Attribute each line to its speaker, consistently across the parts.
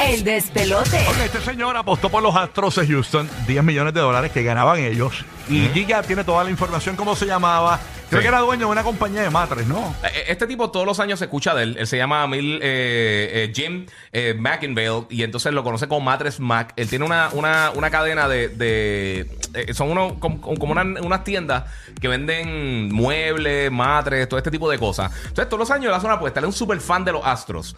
Speaker 1: El despelote.
Speaker 2: Ok, este señor apostó por los Astros de Houston, 10 millones de dólares que ganaban ellos. Y Giga tiene toda la información, cómo se llamaba. Creo
Speaker 3: Sí.
Speaker 2: que era dueño de una compañía de matres, ¿no?
Speaker 3: Eh, Este tipo todos los años se escucha de él. Él se llama Mil, eh, eh, Jim eh, McInvale y entonces lo conoce como Matres Mac. Él tiene una, una, una cadena de... de- eh, son unos como, como una- unas tiendas que venden muebles, matres, todo este tipo de cosas. Entonces todos los años le hace una apuesta. Él es un super fan de los Astros.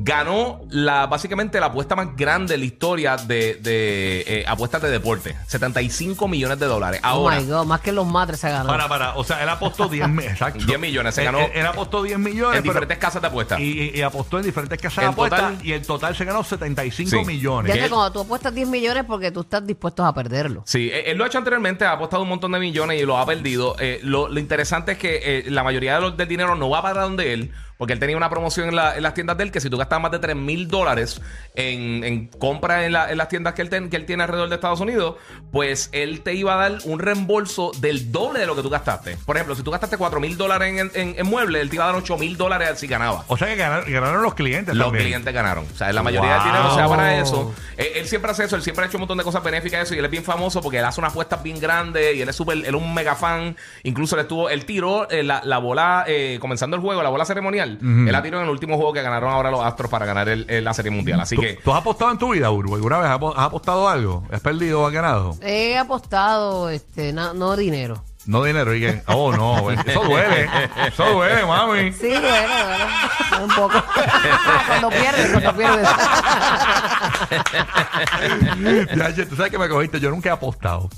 Speaker 3: Ganó la, básicamente la apuesta más grande en la historia de, de, eh, apuestas de deporte. 75 millones de dólares.
Speaker 4: Oh
Speaker 3: Ahora,
Speaker 4: my God, más que los madres se ganó.
Speaker 2: Para, para. O sea, él apostó 10 millones. Exacto.
Speaker 3: 10 millones, se
Speaker 2: Él-
Speaker 3: ganó
Speaker 2: Él, él apostó 10 millones. Eh,
Speaker 3: en
Speaker 2: pero-
Speaker 3: diferentes casas de apuestas.
Speaker 2: y, y- y apostó en diferentes casas de
Speaker 3: En total-
Speaker 2: apuestas. Y en total se ganó 75
Speaker 3: Sí.
Speaker 2: millones.
Speaker 4: Ya
Speaker 3: que
Speaker 4: que
Speaker 3: él-
Speaker 4: cuando tú apuestas 10 millones porque tú estás dispuesto a perderlo.
Speaker 3: Sí, eh, él, él lo ha hecho anteriormente, ha apostado un montón de millones y lo ha perdido. Eh, lo, lo interesante es que eh, la mayoría de los- del dinero no va para donde él, porque él tenía una promoción en, la- en las tiendas de él que si tú gastabas más de 3 mil dólares en, en compras en, la- en las tiendas que él, ten- que él tiene alrededor de Estados Unidos, pues él te iba a dar un reembolso del doble de lo que tú gastaste. Por ejemplo, si tú gastaste 4 mil dólares en, en, en muebles, él te iba a dar 8 mil dólares si ganaba.
Speaker 2: O sea que ganaron, ganaron los clientes
Speaker 3: Los
Speaker 2: también.
Speaker 3: clientes ganaron. O sea, la mayoría del
Speaker 2: Wow.
Speaker 3: dinero se va para eso. Eh, Él, siempre hace eso, él siempre ha hecho un montón de cosas benéficas eso. Y él es bien famoso porque él hace unas apuestas bien grandes y él es súper, él es un mega fan. Incluso le estuvo, él tiró eh, la, la bola, eh, comenzando el juego, la bola ceremonial. Él la tiró en el último juego que ganaron ahora los Astros para ganar el- el- la serie mundial. Así
Speaker 2: ¿Tú,
Speaker 3: que.
Speaker 2: tú has apostado en tu vida, Urbo? ¿Alguna vez has apo- has apostado algo? ¿Has perdido o has ganado?
Speaker 4: He apostado, este, na- no dinero.
Speaker 2: No dinero. Y que, oh, no. Eso duele. Eso duele, mami.
Speaker 4: Sí, duele, duele. Un poco. cuando pierdes, cuando pierdes.
Speaker 2: Ya, che, tú sabes que me cogiste. Yo nunca he apostado.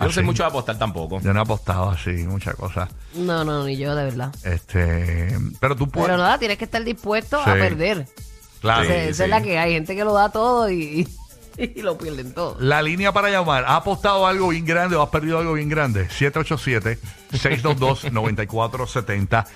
Speaker 3: Yo no sé
Speaker 2: Así.
Speaker 3: mucho de apostar tampoco.
Speaker 2: Yo no he apostado así, muchas cosas.
Speaker 4: No, no, ni yo, de verdad.
Speaker 2: Este, pero tú puedes.
Speaker 4: Pero nada, tienes que estar dispuesto
Speaker 2: Sí.
Speaker 4: a perder.
Speaker 3: Ah,
Speaker 2: claro.
Speaker 4: Esa- esa es la que hay. Gente que lo da todo y, y, y lo pierden todo.
Speaker 2: La línea para llamar. ¿Has apostado algo bien grande o has perdido algo bien grande? 787-622-9470.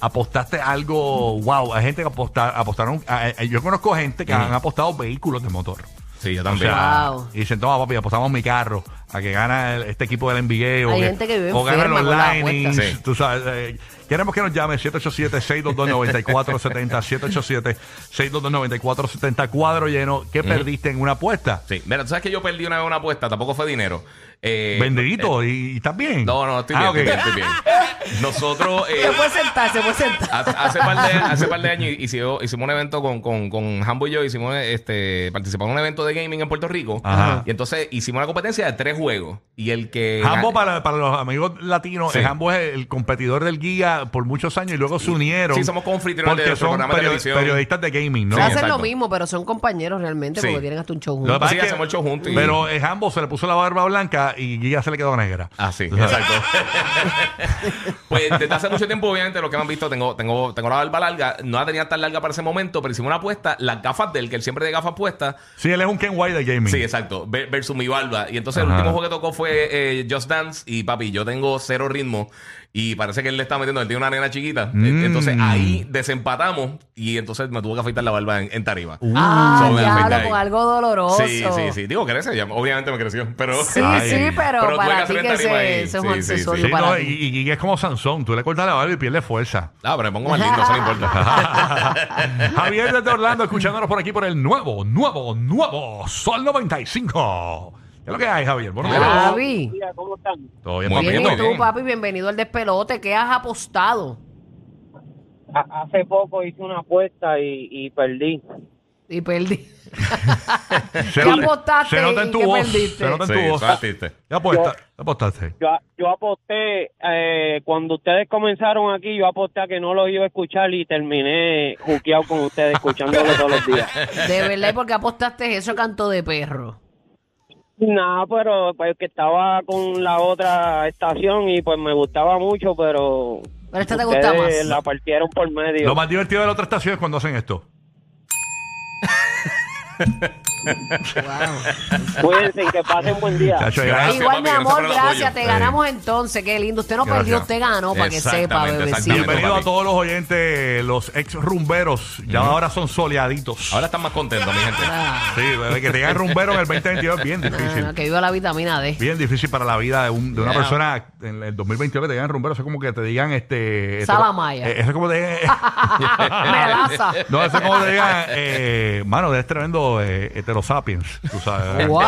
Speaker 2: ¿Apostaste algo? Wow, hay gente que aposta- apostaron. a- a- yo conozco gente que
Speaker 3: Ujú.
Speaker 2: han apostado vehículos de motor.
Speaker 3: Sí, yo
Speaker 2: O
Speaker 3: también.
Speaker 2: sea,
Speaker 4: Wow.
Speaker 2: Y dicen, toma papi, apostamos mi carro a que gana el- este equipo del NBA o,
Speaker 4: Hay gente que vive
Speaker 2: o gana
Speaker 4: enferma
Speaker 2: los
Speaker 4: con las
Speaker 2: Lightning.
Speaker 3: apuestas. Sí.
Speaker 2: Tú sabes, eh, queremos que nos llame 787-622-9470, 787-622-9470, cuadro lleno. ¿Qué perdiste en una apuesta?
Speaker 3: sí. Mira, tú sabes que yo perdí una vez una apuesta, tampoco fue dinero. Eh,
Speaker 2: Bendito, y, y estás bien.
Speaker 3: No, no, estoy bien,
Speaker 2: Ah, ok.
Speaker 3: estoy bien, estoy bien. Nosotros. eh,
Speaker 4: Se puede sentar, se puede sentar.
Speaker 3: Hace, hace par de, hace par de años hicimos, hicimos un evento con, con, con Hambo y yo, hicimos este, participamos en un evento de gaming en Puerto Rico.
Speaker 2: Ajá.
Speaker 3: Y entonces hicimos una competencia de tres juegos. Y el que.
Speaker 2: Jambo,
Speaker 3: gan-
Speaker 2: para, para los amigos latinos,
Speaker 3: Sí.
Speaker 2: eh, Jambo es el competidor del guía por muchos años y luego se unieron.
Speaker 3: Sí, somos confitriones
Speaker 2: porque
Speaker 3: de
Speaker 2: son
Speaker 3: programas de
Speaker 2: perio-
Speaker 3: televisión.
Speaker 2: periodistas de gaming, ¿no?
Speaker 3: Sí,
Speaker 4: Hacen
Speaker 3: exacto.
Speaker 4: lo mismo, pero son compañeros realmente
Speaker 3: Sí.
Speaker 4: porque tienen hasta un show
Speaker 2: Lo que
Speaker 4: juntos.
Speaker 2: pasa
Speaker 3: Sí,
Speaker 2: es que-
Speaker 3: hacemos el show juntos y-
Speaker 2: Pero eh, Jambo se le puso la barba blanca y Guilla se le quedó negra.
Speaker 3: Ah, sí,
Speaker 2: Tú sabes.
Speaker 3: exacto. pues desde hace mucho tiempo, obviamente, los que me han visto, tengo, tengo, tengo la barba larga. No la tenía tan larga para ese momento, pero hicimos una apuesta. Las gafas del que él siempre de gafas puestas,
Speaker 2: Sí, él es un Ken White de gaming.
Speaker 3: Sí, exacto. Ver- Versus mi barba. Y entonces
Speaker 2: Ajá.
Speaker 3: el último juego que tocó fue eh, Just Dance. Y papi, yo tengo cero ritmo. Y parece que él le está metiendo. Él tiene una nena chiquita. Eh,
Speaker 2: Mm.
Speaker 3: Entonces ahí desempatamos. Y entonces me tuvo que afeitar la barba en, en Tariba.
Speaker 2: Uh.
Speaker 4: Ah,
Speaker 3: Son
Speaker 4: ya
Speaker 3: afectadas.
Speaker 4: hablo con algo doloroso.
Speaker 3: Sí, sí, sí. Digo, crece. Ya, obviamente me creció. Pero.
Speaker 4: Sí,
Speaker 2: Ay.
Speaker 4: sí, pero,
Speaker 3: Pero tuve que
Speaker 4: para ti
Speaker 3: hacer
Speaker 4: que
Speaker 3: el tarima ahí.
Speaker 4: ese, ese es un
Speaker 3: Sí, sí,
Speaker 2: Sí,
Speaker 4: accesorio
Speaker 3: Yo
Speaker 4: para
Speaker 2: no,
Speaker 4: ti.
Speaker 2: y, y Guilla es como Sansón. Tú le cortas la barba y pierde fuerza.
Speaker 3: Ah, pero me pongo más lindo. Eso no importa.
Speaker 2: Javier desde Orlando, escuchándonos por aquí por el nuevo, nuevo, nuevo Sol 95. ¿Qué es lo que hay, Javier? Bueno,
Speaker 4: Javi,
Speaker 5: ¿cómo están?
Speaker 2: todo bien,
Speaker 3: Muy
Speaker 2: papi.
Speaker 4: bien,
Speaker 3: muy
Speaker 4: y tú,
Speaker 3: bien.
Speaker 4: papi, bienvenido al despelote. ¿Qué has apostado?
Speaker 5: A- hace poco hice una apuesta y, y perdí.
Speaker 4: Y perdí.
Speaker 2: Se
Speaker 4: ¿Qué
Speaker 2: nota-
Speaker 4: apostaste
Speaker 2: Se nota en
Speaker 4: y
Speaker 2: tu
Speaker 4: qué
Speaker 2: voz.
Speaker 4: perdiste?
Speaker 2: Se nota en
Speaker 3: Sí,
Speaker 2: tu voz.
Speaker 3: eso es triste.
Speaker 2: ¿Qué apuesta- qué apostaste?
Speaker 5: Yo, yo aposté, eh, cuando ustedes comenzaron aquí, yo aposté a que no los iba a escuchar y terminé juqueado con ustedes, escuchándolo todos los días.
Speaker 4: De verdad, ¿y por qué apostaste eso, canto de perro?
Speaker 5: No, pero pues que estaba con la otra estación y pues me gustaba mucho, pero...
Speaker 4: Pero esta te
Speaker 5: ustedes
Speaker 4: gusta más.
Speaker 5: la partieron por medio.
Speaker 2: Lo más divertido de la otra estación es cuando hacen esto.
Speaker 5: Cuídense y que pasen buen día.
Speaker 2: Chacho,
Speaker 3: Gracias,
Speaker 2: gracias.
Speaker 4: Igual, mi
Speaker 3: papi, gracias por
Speaker 4: amor,
Speaker 3: el
Speaker 4: gracias.
Speaker 3: apoyo.
Speaker 4: Te
Speaker 2: Sí.
Speaker 4: ganamos entonces. Qué lindo. Usted no
Speaker 2: Gracias.
Speaker 4: perdió, usted ganó, para que sepa,
Speaker 3: Exactamente,
Speaker 4: bebecito.
Speaker 3: exactamente.
Speaker 2: Bienvenido a todos los oyentes, los ex rumberos. Ya ahora son soleaditos.
Speaker 3: Ahora están más contentos, mi gente.
Speaker 2: Sí, desde que te lleguen rumberos en el 2022 es bien
Speaker 4: Ah,
Speaker 2: difícil.
Speaker 4: no, que viva la vitamina D.
Speaker 2: Bien difícil para la vida de, un- de una
Speaker 3: Yeah.
Speaker 2: persona en el 2022 que te digan rumberos. Eso es como que te digan este. este-
Speaker 4: Salamaya.
Speaker 2: eh, Eso es como te digan.
Speaker 4: Melaza.
Speaker 2: No, eso es como te digan. eh, mano, eres tremendo eh, heterosapiens. Tú sabes.
Speaker 4: ¡Wow!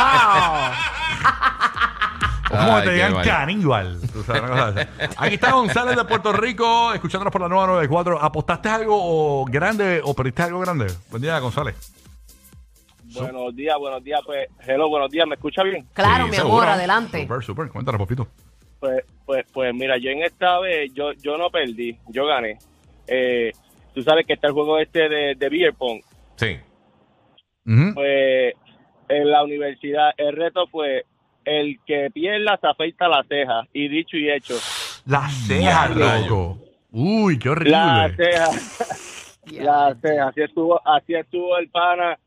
Speaker 2: O como
Speaker 3: Ay,
Speaker 2: te
Speaker 3: qué
Speaker 2: digan
Speaker 3: vaya.
Speaker 2: caníbal. Tú sabes, una cosa de esa. Aquí está González de Puerto Rico, escuchándonos por la nueva 94. ¿Apostaste algo o grande o perdiste algo grande? Buen día, González.
Speaker 5: Buenos días, buenos días. Pues, hello, buenos días. ¿Me escucha bien?
Speaker 4: Claro,
Speaker 3: Sí,
Speaker 4: mi
Speaker 3: seguro.
Speaker 4: amor, adelante.
Speaker 2: Super, super. Cuéntanos, papito.
Speaker 5: Pues, pues, pues mira, yo en esta vez, yo, yo no perdí, yo gané. Eh, tú sabes que está el juego este de, de beer pong.
Speaker 3: Sí.
Speaker 2: Ujú.
Speaker 5: Pues en la universidad el reto fue el que pierda se afeita las cejas. Y dicho y hecho,
Speaker 2: Las cejas,
Speaker 3: rayo.
Speaker 2: loco. Uy, qué horrible.
Speaker 5: las cejas, las cejas. Así estuvo, así estuvo el pana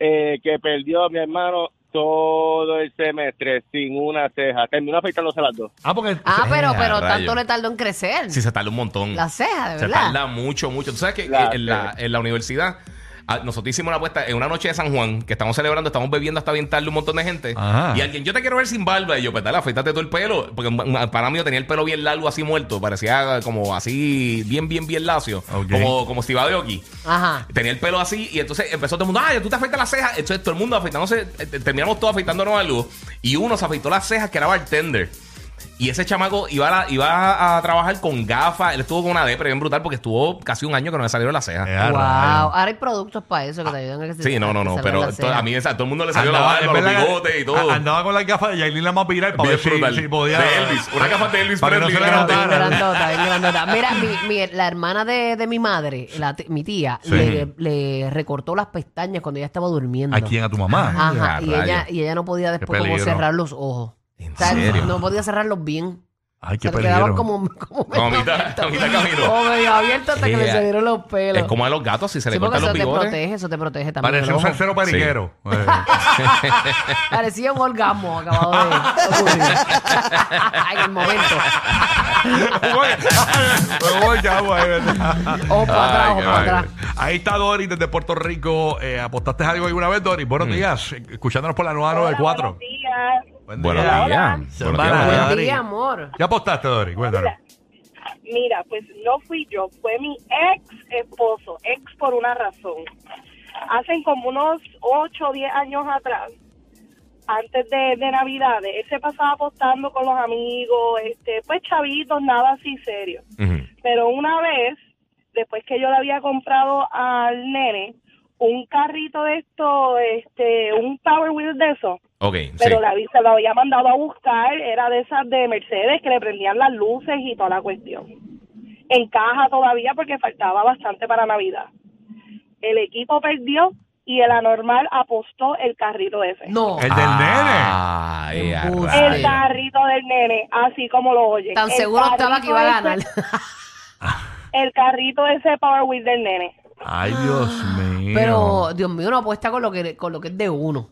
Speaker 5: eh, que perdió mi hermano todo el semestre sin una ceja. Terminó afeitándose las dos.
Speaker 2: Ah, porque.
Speaker 4: Ah, pero,
Speaker 3: Eh,
Speaker 4: pero
Speaker 3: rayo.
Speaker 4: tanto le tardó en crecer.
Speaker 3: Sí, se tarda un montón.
Speaker 4: La ceja, de
Speaker 3: Se
Speaker 4: verdad.
Speaker 3: tarda mucho, mucho. Tú sabes que
Speaker 5: La-
Speaker 3: en, la, en la universidad, ah, nosotros hicimos una apuesta en una noche de San Juan, que estamos celebrando, estamos bebiendo hasta bien tarde un montón de gente.
Speaker 2: Ajá.
Speaker 3: Y alguien, yo te quiero ver sin barba. Y yo, pues dale, afeítate todo el pelo. Porque para mí yo tenía el pelo bien largo, así muerto. Parecía como así, bien, bien, bien lacio.
Speaker 2: Ok.
Speaker 3: Como, como Steve Aoki.
Speaker 4: Ajá.
Speaker 3: Tenía el pelo así y entonces empezó todo el mundo, ah, tú te afeitas las cejas. Entonces todo el mundo afeitándose, eh, terminamos todos afeitándonos a luz. Y uno se afeitó las cejas que era bartender. Y ese chamaco iba a, la- iba a- a trabajar con gafas. Él estuvo con una depre bien brutal porque estuvo casi un año que no le salieron las cejas.
Speaker 2: Eh, ah,
Speaker 4: wow.
Speaker 2: rayo.
Speaker 4: Ahora hay productos para eso que te ayudan a que se
Speaker 3: Sí, no, no, no.
Speaker 4: salgan
Speaker 3: Pero
Speaker 4: las
Speaker 3: to-
Speaker 4: cejas.
Speaker 3: a mí esa- a todo el mundo le salió la
Speaker 2: en
Speaker 3: barba, los
Speaker 2: verdad,
Speaker 3: bigotes y todo.
Speaker 2: a- Andaba con las gafas de Yailin la más viral para
Speaker 3: Bien
Speaker 2: ver si,
Speaker 3: brutal.
Speaker 2: si podía.
Speaker 3: De Elvis, una gafa de Elvis
Speaker 2: para que no se
Speaker 3: Presley,
Speaker 2: le
Speaker 3: grande.
Speaker 4: Bien
Speaker 2: notara.
Speaker 4: grandota, bien grandota. Mira, mi, mi- la hermana de, de mi madre, la t- mi tía,
Speaker 2: Sí.
Speaker 4: le, le recortó las pestañas cuando ella estaba durmiendo.
Speaker 2: ¿A quién? ¿A tu mamá?
Speaker 4: Ajá,
Speaker 3: Ah,
Speaker 4: y
Speaker 3: rayo.
Speaker 4: ella, y ella no podía después como
Speaker 2: peligro.
Speaker 4: cerrar los ojos.
Speaker 3: ¿En
Speaker 4: O sea,
Speaker 3: serio?
Speaker 4: no podía cerrarlos bien.
Speaker 2: Ay,
Speaker 4: Se
Speaker 2: qué
Speaker 4: te quedaban
Speaker 2: peligro.
Speaker 4: como, como
Speaker 3: Como a mitad,
Speaker 4: abiertos.
Speaker 3: a mitad camino.
Speaker 4: Como medio abierto hasta que le
Speaker 3: Yeah.
Speaker 4: salieron los pelos.
Speaker 3: Es como a los gatos si se
Speaker 4: Sí,
Speaker 3: le
Speaker 4: porque
Speaker 3: cortan
Speaker 4: eso
Speaker 3: los
Speaker 4: te
Speaker 3: bigotes.
Speaker 4: protege, eso te protege también.
Speaker 2: Parece
Speaker 4: el
Speaker 2: un
Speaker 4: ojo.
Speaker 2: salsero periquero. Eh.
Speaker 4: Parecía un orgasmo acabado de ocurrir. en el momento.
Speaker 2: Me voy, ya, güey, ¿verdad?
Speaker 4: Ojo para atrás, ojo
Speaker 3: Ay, qué
Speaker 4: para
Speaker 3: vaina.
Speaker 4: atrás.
Speaker 2: Ahí está Doris desde Puerto Rico. Eh, ¿Apostaste algo alguna vez, Doris? Buenos
Speaker 3: Mm.
Speaker 2: días. Escuchándonos por la nueva 94. Buen
Speaker 3: Buenos
Speaker 2: día.
Speaker 3: días. Buenos días,
Speaker 2: Hola,
Speaker 3: buenos
Speaker 4: Buen
Speaker 2: Adri.
Speaker 4: día, amor.
Speaker 2: ¿Qué apostaste, Doris? Cuéntanos.
Speaker 6: Mira, pues no fui yo, fue mi ex esposo, ex por una razón. Hacen como unos 8 o 10 años atrás, antes de, de Navidades, él se pasaba apostando con los amigos, este, pues chavitos, nada así serio.
Speaker 3: Ujú.
Speaker 6: Pero una vez, después que yo le había comprado al nene un carrito de esto, este, un Power Wheel de eso,
Speaker 3: Ok, sí.
Speaker 6: pero la vista lo había mandado a buscar, era de esas de Mercedes que le prendían las luces y toda la cuestión. En caja todavía porque faltaba bastante para Navidad. El equipo perdió y el anormal apostó el carrito ese.
Speaker 4: No.
Speaker 2: El
Speaker 3: Ah.
Speaker 2: del nene.
Speaker 3: Ay, a
Speaker 4: Embuste.
Speaker 3: rayos.
Speaker 6: El carrito del nene, así como lo oye.
Speaker 4: Tan
Speaker 6: El
Speaker 4: seguro estaba que iba a
Speaker 6: carrito
Speaker 4: ganar.
Speaker 6: ese- el carrito ese Power Wheel del nene.
Speaker 2: Ay, Dios mío.
Speaker 4: Pero, Dios mío, una apuesta con lo que, con lo que es de uno.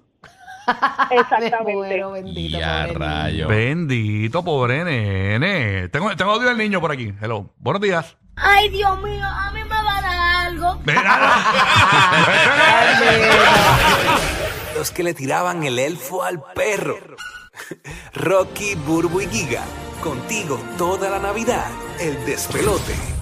Speaker 4: Me
Speaker 6: Exactamente.
Speaker 4: muero, bendito.
Speaker 3: Ya
Speaker 4: pobre
Speaker 3: rayo.
Speaker 2: Bendito, pobre nene. Tengo, tengo audio del niño por aquí. Hello. Buenos días.
Speaker 7: Ay, Dios mío, a mí me van a dar algo.
Speaker 8: Los que le tiraban el elfo al perro. Rocky, Burbu y Giga. Contigo toda la Navidad. El despelote.